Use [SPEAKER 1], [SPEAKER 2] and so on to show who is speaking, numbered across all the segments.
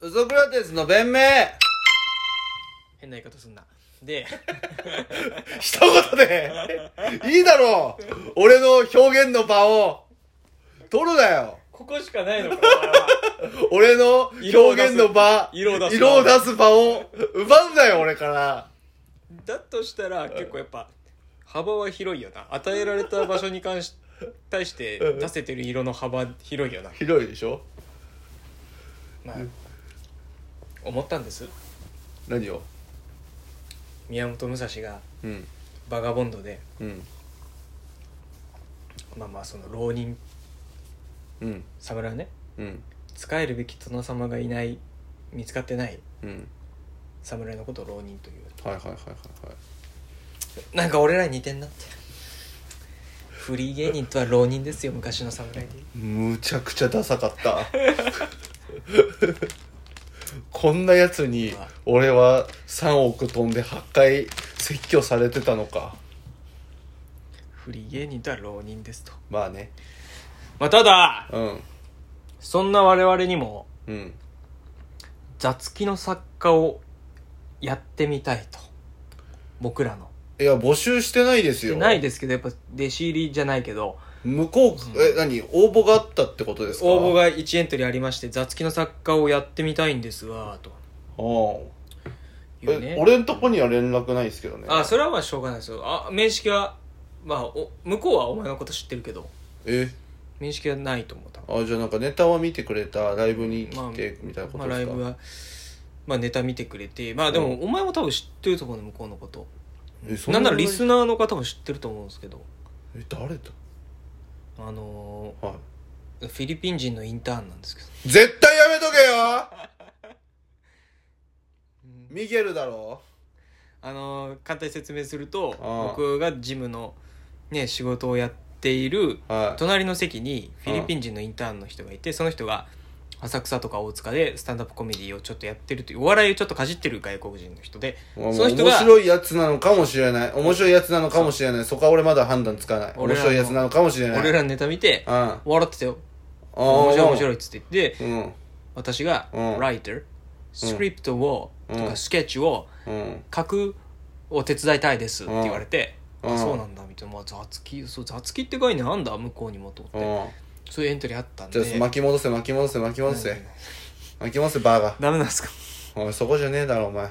[SPEAKER 1] ウソクラテスの弁明
[SPEAKER 2] 変な言い方すんなで
[SPEAKER 1] 一言でいいだろう俺の表現の場を取るなよ
[SPEAKER 2] ここしかない のかお
[SPEAKER 1] 俺
[SPEAKER 2] 前は
[SPEAKER 1] の表現の場
[SPEAKER 2] 色を出す
[SPEAKER 1] 色を出す場を奪うなよ俺から
[SPEAKER 2] だとしたら結構やっぱ幅は広いよな与えられた場所に関 し対して出せてる色の幅広いよな、
[SPEAKER 1] ひどいでしょ
[SPEAKER 2] まあ、思ったんです
[SPEAKER 1] 何を
[SPEAKER 2] 宮本武蔵が
[SPEAKER 1] うん
[SPEAKER 2] バガボンドで
[SPEAKER 1] うん
[SPEAKER 2] まあまあその浪人
[SPEAKER 1] うん
[SPEAKER 2] 侍はね
[SPEAKER 1] うん
[SPEAKER 2] 仕えるべき殿様がいない見つかってない
[SPEAKER 1] うん
[SPEAKER 2] 侍のことを浪人という
[SPEAKER 1] はいはいはいはいはい
[SPEAKER 2] なんか俺らに似てんなってフリー芸人とは浪人ですよ昔の侍で
[SPEAKER 1] むちゃくちゃダサかった こんなやつに俺は3億飛んで8回説教されてたのか
[SPEAKER 2] フリー芸人とは浪人ですと
[SPEAKER 1] まあね
[SPEAKER 2] まあただ
[SPEAKER 1] うん
[SPEAKER 2] そんな我々にも
[SPEAKER 1] うん
[SPEAKER 2] 雑記の作家をやってみたいと僕らの
[SPEAKER 1] いや募集してないですよ
[SPEAKER 2] ないですけどやっぱ弟子入りじゃないけど
[SPEAKER 1] 向こう、え何応募があったってことですか
[SPEAKER 2] 応募
[SPEAKER 1] あ
[SPEAKER 2] が1エントリーありまして雑記の作家をやってみたいんですわと
[SPEAKER 1] あ
[SPEAKER 2] いう
[SPEAKER 1] え
[SPEAKER 2] ね
[SPEAKER 1] 俺んとこには連絡ないですけどね
[SPEAKER 2] あそれはまあしょうがないですよあ面識はまあお向こうはお前のこと知ってるけど
[SPEAKER 1] え
[SPEAKER 2] 面識はないと思った
[SPEAKER 1] あじゃあなんかネタは見てくれたライブに
[SPEAKER 2] まあ
[SPEAKER 1] 来てみたいなこ
[SPEAKER 2] ま
[SPEAKER 1] と
[SPEAKER 2] あ
[SPEAKER 1] で
[SPEAKER 2] ライ
[SPEAKER 1] すか、
[SPEAKER 2] ブはまあネタ見てくれてまあでもお前も多分知ってると思うね向こうのこと
[SPEAKER 1] えそんな
[SPEAKER 2] な
[SPEAKER 1] ん
[SPEAKER 2] ならリスナーの方も知ってると思うんですけど
[SPEAKER 1] え誰だ
[SPEAKER 2] あの
[SPEAKER 1] はい
[SPEAKER 2] ーフィリピン人のインターンなんですけど
[SPEAKER 1] 絶対やめとけよミゲルだろ
[SPEAKER 2] あのー簡単に説明すると
[SPEAKER 1] ああ
[SPEAKER 2] 僕がジムのね仕事をやっている
[SPEAKER 1] はい
[SPEAKER 2] 隣の席にフィリピン人のインターンの人がいてその人が浅草とか大塚でスタンダップコメディをちょっとやってるというお笑いをちょっとかじってる外国人の人で
[SPEAKER 1] まあ
[SPEAKER 2] その人が
[SPEAKER 1] 面白いやつなのかもしれない面白いやつなのかもしれないそこは俺まだ判断つかない面
[SPEAKER 2] 俺らの
[SPEAKER 1] 白いやつなのかもしれない
[SPEAKER 2] 俺らのネタ見て
[SPEAKER 1] うん
[SPEAKER 2] 笑ってたよ
[SPEAKER 1] あー
[SPEAKER 2] 面白い面白いっつって言って
[SPEAKER 1] うん
[SPEAKER 2] 私が
[SPEAKER 1] うん
[SPEAKER 2] ライタースクリプトを
[SPEAKER 1] うん
[SPEAKER 2] とかスケッチを
[SPEAKER 1] うん
[SPEAKER 2] 書くを手伝いたいですって言われて
[SPEAKER 1] うん
[SPEAKER 2] あそうなんだみたいなまあ雑記そう雑記って概念あんだ向こうにもと思って
[SPEAKER 1] うん
[SPEAKER 2] そういうエントリーあったん
[SPEAKER 1] じ
[SPEAKER 2] で
[SPEAKER 1] ゃあ巻き戻せ巻き戻せ巻き戻せ巻き戻せバーガー
[SPEAKER 2] ダメなんですか
[SPEAKER 1] お前そこじゃねえだろお前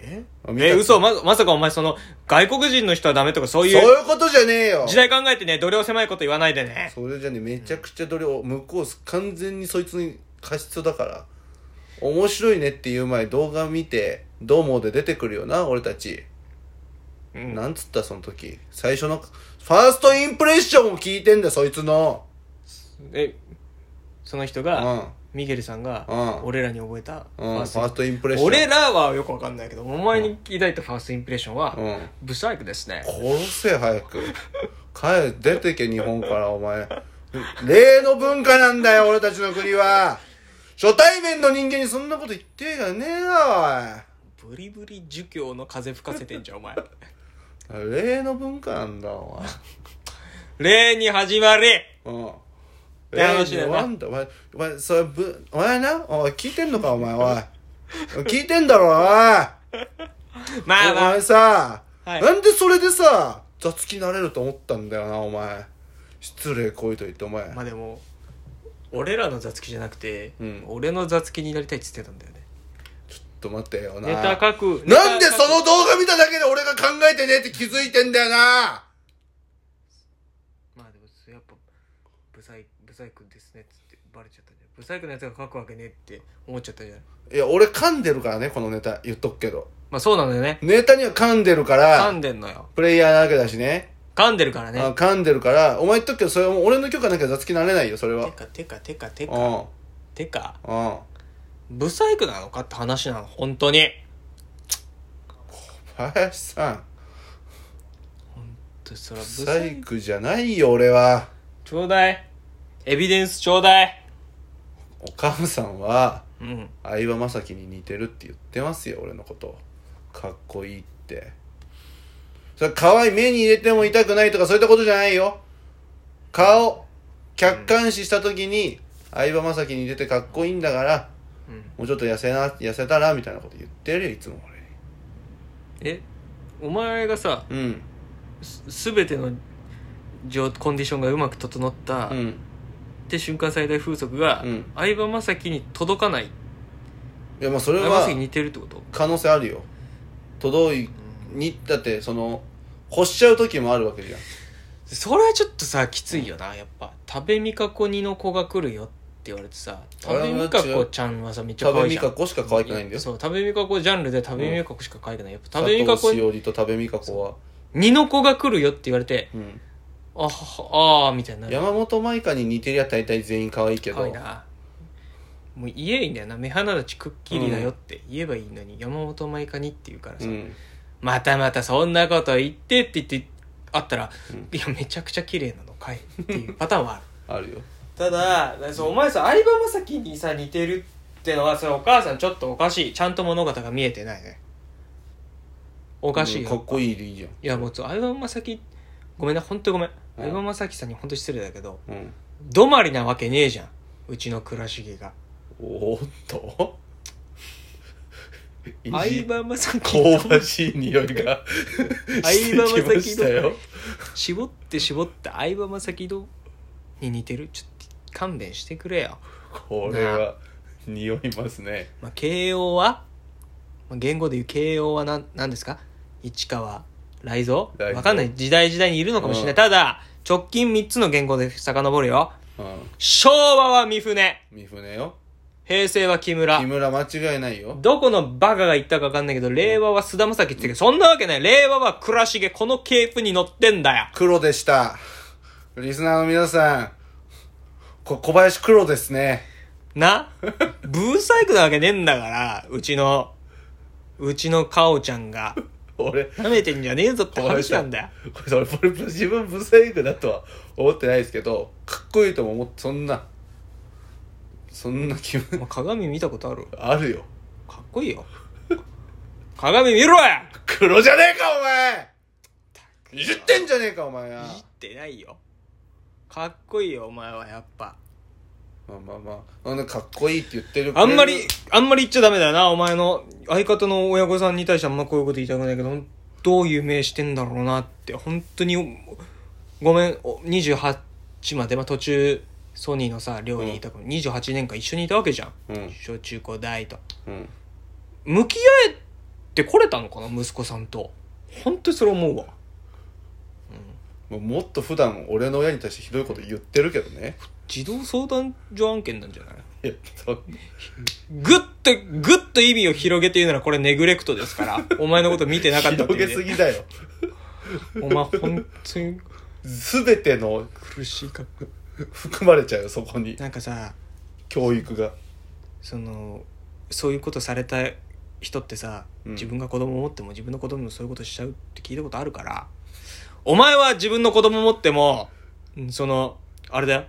[SPEAKER 2] え
[SPEAKER 1] え
[SPEAKER 2] え、嘘ま、まさかお前その、外国人の人はダメとかそう
[SPEAKER 1] そう
[SPEAKER 2] いう、
[SPEAKER 1] いうことじゃねえよ
[SPEAKER 2] 時代考えてね、度量狭いこと言わないでね。
[SPEAKER 1] それじゃねめちゃくちゃどれを向こう完全にそいつに過失だから面白いねっていう前動画見て「どうも」で出てくるよな俺たち、
[SPEAKER 2] うん
[SPEAKER 1] なんつったその時最初のファーストインプレッションを聞いてんだよそいつの
[SPEAKER 2] え、その人
[SPEAKER 1] うんう
[SPEAKER 2] が、
[SPEAKER 1] ん
[SPEAKER 2] ミゲルさんが
[SPEAKER 1] う、ん
[SPEAKER 2] 俺らに覚えた、
[SPEAKER 1] ファー
[SPEAKER 2] ファ
[SPEAKER 1] ス
[SPEAKER 2] ース
[SPEAKER 1] トインプレッシ
[SPEAKER 2] ト
[SPEAKER 1] ョン
[SPEAKER 2] 俺らはよくわかんないけど、お前に抱いたファーストインプレッションは、
[SPEAKER 1] うん
[SPEAKER 2] ブサイクですね。
[SPEAKER 1] 殺せ早く帰出てけ日本からお前例の文化なんだよ俺たちの国は初対面の人間にそんなこと言ってがねえなおい
[SPEAKER 2] ブリブリ儒教の風吹かせてんじゃん、お前。
[SPEAKER 1] 例の文化なんだお
[SPEAKER 2] 礼に始まり
[SPEAKER 1] 前うん
[SPEAKER 2] て話だよな
[SPEAKER 1] なんだお前お前それぶお前なおい聞いてんのかお前おい聞いてんだろおい
[SPEAKER 2] まあ
[SPEAKER 1] お
[SPEAKER 2] まあ
[SPEAKER 1] 前、さ、
[SPEAKER 2] はい
[SPEAKER 1] なんでそれでさ雑気なれると思ったんだよなお前失礼こいと言ってお前、
[SPEAKER 2] まあでも、俺らの雑記じゃなくて
[SPEAKER 1] うん、
[SPEAKER 2] 俺の雑記になりたいって言ってたんだよね。
[SPEAKER 1] ちょっと待ってよな
[SPEAKER 2] ネタ書く。
[SPEAKER 1] なんで
[SPEAKER 2] ネタ書
[SPEAKER 1] その
[SPEAKER 2] く
[SPEAKER 1] 動画見ただけで俺が考えてねえって気づいてんだよな
[SPEAKER 2] まあでもそれやっぱブサイブサイクですねっつってバレちゃったんじゃんブサイクのやつが書くわけねって思っちゃったじゃん
[SPEAKER 1] いや俺噛んでるからねこのネタ言っとくけど
[SPEAKER 2] まあそうなんだよね
[SPEAKER 1] ネタには噛んでるか
[SPEAKER 2] 噛
[SPEAKER 1] ら
[SPEAKER 2] んでんのよ
[SPEAKER 1] プレイヤーなわけだしね
[SPEAKER 2] 噛んでるから
[SPEAKER 1] あ
[SPEAKER 2] ね
[SPEAKER 1] 噛んでるからお前言っとくけどそれはもう俺の許可なきゃ雑気なれないよそれ
[SPEAKER 2] て
[SPEAKER 1] は
[SPEAKER 2] かてかてかて
[SPEAKER 1] う
[SPEAKER 2] か
[SPEAKER 1] ん
[SPEAKER 2] てか
[SPEAKER 1] うん
[SPEAKER 2] ブサイクなのかって話なの本当に
[SPEAKER 1] 林さん
[SPEAKER 2] 本当それはブサ
[SPEAKER 1] サ
[SPEAKER 2] イ
[SPEAKER 1] イ
[SPEAKER 2] ク
[SPEAKER 1] クじゃないよ俺は
[SPEAKER 2] ちょうだいエビデンスちょうだい
[SPEAKER 1] お母さんは
[SPEAKER 2] うん
[SPEAKER 1] 相葉雅紀に似てるって言ってますよ俺のことかっこいいってそれ可愛い目に入れても痛くないとかそういったことじゃないよ顔客観視した時に相葉雅紀に似ててかっこいいんだから
[SPEAKER 2] うん
[SPEAKER 1] もうちょっと痩せな、痩せたらみたいなこと言ってるよ、いつも
[SPEAKER 2] えお前がさ
[SPEAKER 1] 俺に。
[SPEAKER 2] す全ての状コンディションがうまく整った、
[SPEAKER 1] う
[SPEAKER 2] っ
[SPEAKER 1] ん。
[SPEAKER 2] て瞬間最大風速が、
[SPEAKER 1] うん。うん。
[SPEAKER 2] 相葉雅紀に届かない
[SPEAKER 1] いや、まあそれ
[SPEAKER 2] 相葉雅紀に
[SPEAKER 1] は
[SPEAKER 2] 似てるってこと、
[SPEAKER 1] 可能性あるよ。届い、に、だってその、欲しちゃう時もあるわけじゃん。
[SPEAKER 2] それはちょっとさきついよなやっぱ「食べみかこにの子が来るよ」って言われてさ
[SPEAKER 1] あれ
[SPEAKER 2] 食
[SPEAKER 1] は
[SPEAKER 2] べみかこちゃんはさめっちゃ可
[SPEAKER 1] 食べ
[SPEAKER 2] 愛い
[SPEAKER 1] み
[SPEAKER 2] じゃ
[SPEAKER 1] か
[SPEAKER 2] ん
[SPEAKER 1] こしか可愛くないんだよ。
[SPEAKER 2] そう食べみかこジャンルで食べみかこしか可愛くないやっぱ
[SPEAKER 1] 佐
[SPEAKER 2] 食べみか
[SPEAKER 1] 藤
[SPEAKER 2] こ
[SPEAKER 1] しおりと食べみかこは。
[SPEAKER 2] にの子が来るよって言われて
[SPEAKER 1] うん。
[SPEAKER 2] あははあーみたいになる
[SPEAKER 1] 山本舞香に似てりゃ大体全員可愛いけ
[SPEAKER 2] 可愛い
[SPEAKER 1] ど。
[SPEAKER 2] なもう言えばいいんだよな目鼻立ちくっきりだよって言えばいいのに、山本舞香にって言うから
[SPEAKER 1] う
[SPEAKER 2] さ、
[SPEAKER 1] ん。
[SPEAKER 2] またまたそんなこと言ってって言ってあったら、
[SPEAKER 1] うん
[SPEAKER 2] いやめちゃくちゃ綺麗なのかいっていうパターンはある
[SPEAKER 1] あるよ。
[SPEAKER 2] ただそうお前さ相葉雅紀にさ似てるってのはそれお母さんちょっとおかしいちゃんと物語が見えてないねお
[SPEAKER 1] お
[SPEAKER 2] かしいよ、
[SPEAKER 1] かっこいいでいいじゃん。
[SPEAKER 2] いやもうちょ相葉雅紀ごめんな本当にごめん
[SPEAKER 1] うん
[SPEAKER 2] 相葉雅紀さんに本当に失礼だけど
[SPEAKER 1] うん。
[SPEAKER 2] どまりなわけねえじゃんうちの倉重が
[SPEAKER 1] おーっとい
[SPEAKER 2] 相
[SPEAKER 1] じ
[SPEAKER 2] 葉雅紀
[SPEAKER 1] 香
[SPEAKER 2] と
[SPEAKER 1] ばしい匂いがして
[SPEAKER 2] 相葉雅紀
[SPEAKER 1] き
[SPEAKER 2] の
[SPEAKER 1] ましたよ
[SPEAKER 2] 絞って絞って相葉雅紀とに似てるちょっと勘弁してくれよ、
[SPEAKER 1] これは匂いますね
[SPEAKER 2] まあ、慶応は、まあ、言語で言う慶応は何何ですか市川雷蔵
[SPEAKER 1] 雷蔵
[SPEAKER 2] わかんない時代時代にいるのかもしれない、
[SPEAKER 1] うん
[SPEAKER 2] ただ直近3つの言語で遡るよ
[SPEAKER 1] うん
[SPEAKER 2] 昭和は三船
[SPEAKER 1] 三船よ
[SPEAKER 2] 平成は木村
[SPEAKER 1] 木村間違いないよ
[SPEAKER 2] どこのバカが言ったか分かんないけど、令和は菅田将暉って言ってるけど、そんなわけない。令和は倉重、このケープに乗ってんだよ。
[SPEAKER 1] 黒でしたリスナーの皆さんこ小林黒ですね
[SPEAKER 2] なブーサイクなわけねえんだから、うちの、うちのカオちゃんが、
[SPEAKER 1] 俺
[SPEAKER 2] 舐めてんじゃねえぞって
[SPEAKER 1] 小林
[SPEAKER 2] 話な
[SPEAKER 1] さ
[SPEAKER 2] ん だよ。
[SPEAKER 1] これ俺これ自分ブサイクだとは思ってないですけどかっこいいとも思ってそんなそんな気
[SPEAKER 2] お
[SPEAKER 1] 分
[SPEAKER 2] 前鏡見たことある
[SPEAKER 1] あるよ
[SPEAKER 2] かっこいいよ。鏡見ろや
[SPEAKER 1] 黒じゃねえかお前いじってんじゃねえかお前はい
[SPEAKER 2] じってないよ。かっこいいよ、お前はやっぱ。
[SPEAKER 1] まあまあまああのかっこいいって言ってる
[SPEAKER 2] あんまり、あんまり言っちゃダメだよな、お前の相方の親御さんに対してあんまこういうこと言いたくないけど、どういう名してんだろうなって、本当に、ごめん、お28まで、まあ、途中、ソニーのさ、寮にいたから、28年間一緒にいたわけじゃん。
[SPEAKER 1] うん
[SPEAKER 2] 小中高大と。
[SPEAKER 1] うん
[SPEAKER 2] 向き合えてこれたのかな、息子さんと。本当にそれ思うわ。
[SPEAKER 1] もうもっと普段俺の親に対してひどいこと言ってるけどね
[SPEAKER 2] 児童相談所案件なんじゃない
[SPEAKER 1] いやそ
[SPEAKER 2] ぐっと、ぐっと意味を広げて言うならこれネグレクトですから。お前のこと見てなかったって
[SPEAKER 1] 広
[SPEAKER 2] いう
[SPEAKER 1] げ
[SPEAKER 2] ね
[SPEAKER 1] すぎだよ
[SPEAKER 2] お前本当に
[SPEAKER 1] 全ての
[SPEAKER 2] 苦しいか
[SPEAKER 1] 含まれちゃうよそこに
[SPEAKER 2] なんかさ
[SPEAKER 1] 教育が
[SPEAKER 2] そのそういうことされた人ってさ、
[SPEAKER 1] うん
[SPEAKER 2] 自分が子供を持っても自分の子供もそういうことしちゃうって聞いたことあるからお前は自分の子供持ってもうんそのあれだよ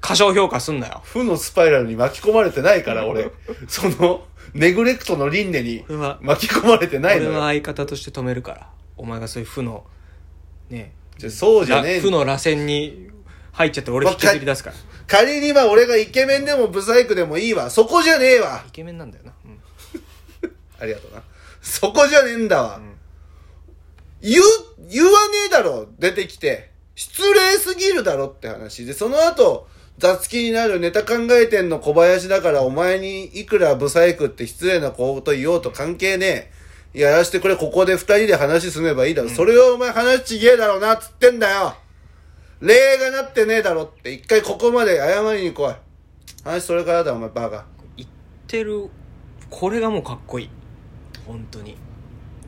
[SPEAKER 2] 過小評価すんなよ
[SPEAKER 1] 負のスパイラルに巻き込まれてないから俺そのネグレクトの輪廻に
[SPEAKER 2] 俺は
[SPEAKER 1] 巻き込まれてない
[SPEAKER 2] 俺
[SPEAKER 1] の
[SPEAKER 2] は
[SPEAKER 1] よ
[SPEAKER 2] 相方として止めるからお前がそういう負のね
[SPEAKER 1] じゃそうじゃ
[SPEAKER 2] ら
[SPEAKER 1] ねえ
[SPEAKER 2] 負の螺旋に入っちゃって俺引きずり出すから
[SPEAKER 1] 仮にまあ俺がイケメンでもブサイクでもいいわそこじゃねえわ
[SPEAKER 2] イケメンなんだよな、うん
[SPEAKER 1] ありがとうな。そこじゃねえんだわ。
[SPEAKER 2] ん
[SPEAKER 1] 言う、言わねえだろ、出てきて。失礼すぎるだろって話で、その後、雑気になるネタ考えてんの小林だから、お前にいくらブサイクって失礼なこと言おうと関係ねえ。やらしてくれ、ここで二人で話進めばいいだろ。それをお前話ちげえだろうな、つってんだよ。礼がなってねえだろって、一回ここまで謝りに来い。話それからだ、お前バカ。
[SPEAKER 2] 言ってるこれがもうかっこいい本当に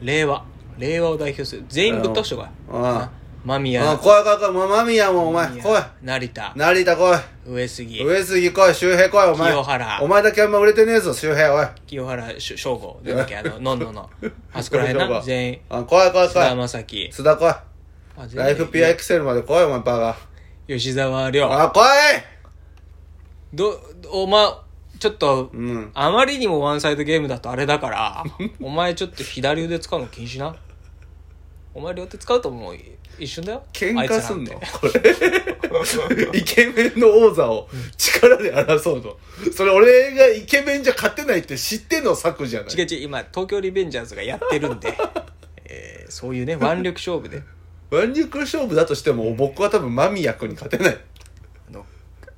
[SPEAKER 2] 令和令和を代表する全員ぶっ倒してこい
[SPEAKER 1] あ
[SPEAKER 2] 間
[SPEAKER 1] あ。
[SPEAKER 2] 宮
[SPEAKER 1] ああ、怖い怖い怖い。もうマミヤもお前、
[SPEAKER 2] 間宮
[SPEAKER 1] 来い。
[SPEAKER 2] 成田
[SPEAKER 1] 成田来
[SPEAKER 2] 上杉
[SPEAKER 1] い上杉来い周平来いお前
[SPEAKER 2] 清原
[SPEAKER 1] お前だけあんま売れてねえぞ周平おい
[SPEAKER 2] 清原しょ省吾なんだっけあののんののあそこら 辺
[SPEAKER 1] 省
[SPEAKER 2] な
[SPEAKER 1] 吾
[SPEAKER 2] 全員
[SPEAKER 1] あ来い来い来
[SPEAKER 2] 菅
[SPEAKER 1] い
[SPEAKER 2] 田将暉
[SPEAKER 1] 須田来い
[SPEAKER 2] あ全員
[SPEAKER 1] ライフピアエクセルまで来いお前バ
[SPEAKER 2] 吉沢
[SPEAKER 1] カ
[SPEAKER 2] 亮
[SPEAKER 1] あ来
[SPEAKER 2] どお前ちょっと
[SPEAKER 1] いうん
[SPEAKER 2] あまりに もワンサイドゲームだとあれだからお前ちょっと左腕使うの禁止なお前両手使うともう一瞬だよ
[SPEAKER 1] 喧
[SPEAKER 2] あいつ
[SPEAKER 1] 嘩
[SPEAKER 2] らなん
[SPEAKER 1] すん
[SPEAKER 2] て
[SPEAKER 1] のこれ イケメンの王座を力で争うのそれ俺がイケメンじゃ勝てないって知っての策じゃない
[SPEAKER 2] 違う違う今東京リベンジャーズがやってるんで、 えーそういうね腕力勝負で
[SPEAKER 1] 腕力勝負だとしても僕は多分間宮君に勝てない
[SPEAKER 2] あの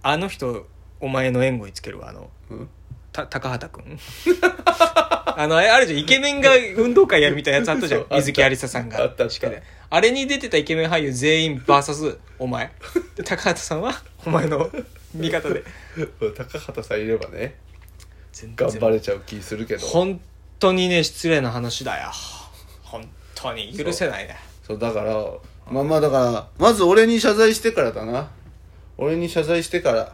[SPEAKER 2] あの人お前の援護につけるわあの
[SPEAKER 1] うん
[SPEAKER 2] た高畑君 あのあれあるじゃんイケメンが運動会やるみたいなやつあったじゃん
[SPEAKER 1] そうあった
[SPEAKER 2] 水木有沙さんが
[SPEAKER 1] あったあった
[SPEAKER 2] 地下であれに出てたイケメン俳優全員 VS お前で高畑さんはお前の味方で
[SPEAKER 1] 高畑さんいればね
[SPEAKER 2] 全
[SPEAKER 1] 頑張
[SPEAKER 2] れ
[SPEAKER 1] れちゃう気するけど
[SPEAKER 2] 本当にね失礼な話だよ本当に許せないね
[SPEAKER 1] そうだからまあまあだからまず俺に謝罪してからだな俺に謝罪してから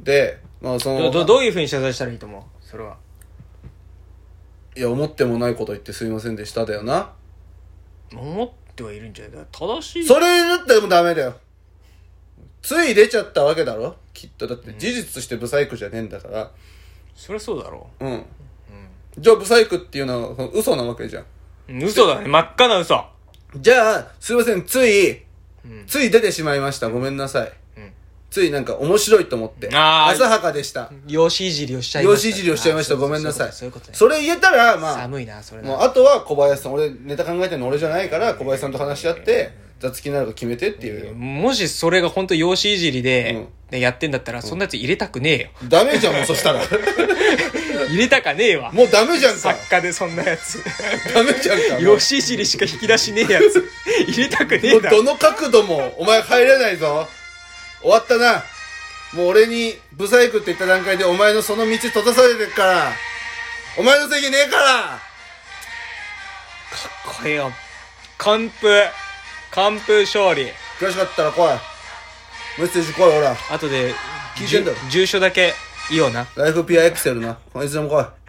[SPEAKER 1] でまあその
[SPEAKER 2] どどどういうふうに謝罪したらいいと思うそれはい
[SPEAKER 1] や思ってもないこと言ってすいませんでしただよな
[SPEAKER 2] 思ってはいるんじゃないだから正しい
[SPEAKER 1] それだったらもうダメだよつい出ちゃったわけだろきっとだって事実としてブサイクじゃねえんだから
[SPEAKER 2] そりゃそうだろ
[SPEAKER 1] うん、じゃあブサイクっていうのはその嘘なわけじゃん
[SPEAKER 2] う嘘だね真っ赤な嘘
[SPEAKER 1] じゃあすいませんつい
[SPEAKER 2] うん
[SPEAKER 1] つい出てしまいましたごめんなさい、
[SPEAKER 2] うん
[SPEAKER 1] ついなんか面白いと思って
[SPEAKER 2] あー
[SPEAKER 1] 浅はかでした
[SPEAKER 2] 養子いじりをしちゃいま
[SPEAKER 1] 養
[SPEAKER 2] した
[SPEAKER 1] 子いじりをしちゃいました
[SPEAKER 2] あー
[SPEAKER 1] ごめんなさい
[SPEAKER 2] そういうことね
[SPEAKER 1] それ言えたらまあ
[SPEAKER 2] 寒いなそれな
[SPEAKER 1] もうあとは小林さん俺ネタ考えてるの俺じゃないから小林さんと話し合って雑気になるか決めてっていうよ
[SPEAKER 2] もしそれが本当養子いじりで、ねやってんだったらそんなやつ入れたくねえよ
[SPEAKER 1] ダメじゃんもうそ したら
[SPEAKER 2] 入れたかねえわ
[SPEAKER 1] もうダメじゃんか
[SPEAKER 2] 作家でそんな やつ
[SPEAKER 1] ダメじゃんか もう
[SPEAKER 2] 養子いじりしか引き出しねえ やつ入れたくね
[SPEAKER 1] も
[SPEAKER 2] え
[SPEAKER 1] う
[SPEAKER 2] だ
[SPEAKER 1] どの角度もお前入れないぞ終わったなもう俺にブサイクって言った段階でお前のその道閉ざされてるからお前の席ねえから
[SPEAKER 2] これよ完封完封勝利
[SPEAKER 1] 悔しかったら来いメッセージ来いほら
[SPEAKER 2] あとで
[SPEAKER 1] 聞いてんだろ
[SPEAKER 2] 住住所だけいいよな
[SPEAKER 1] ライフピアエクセルなこいつでも来い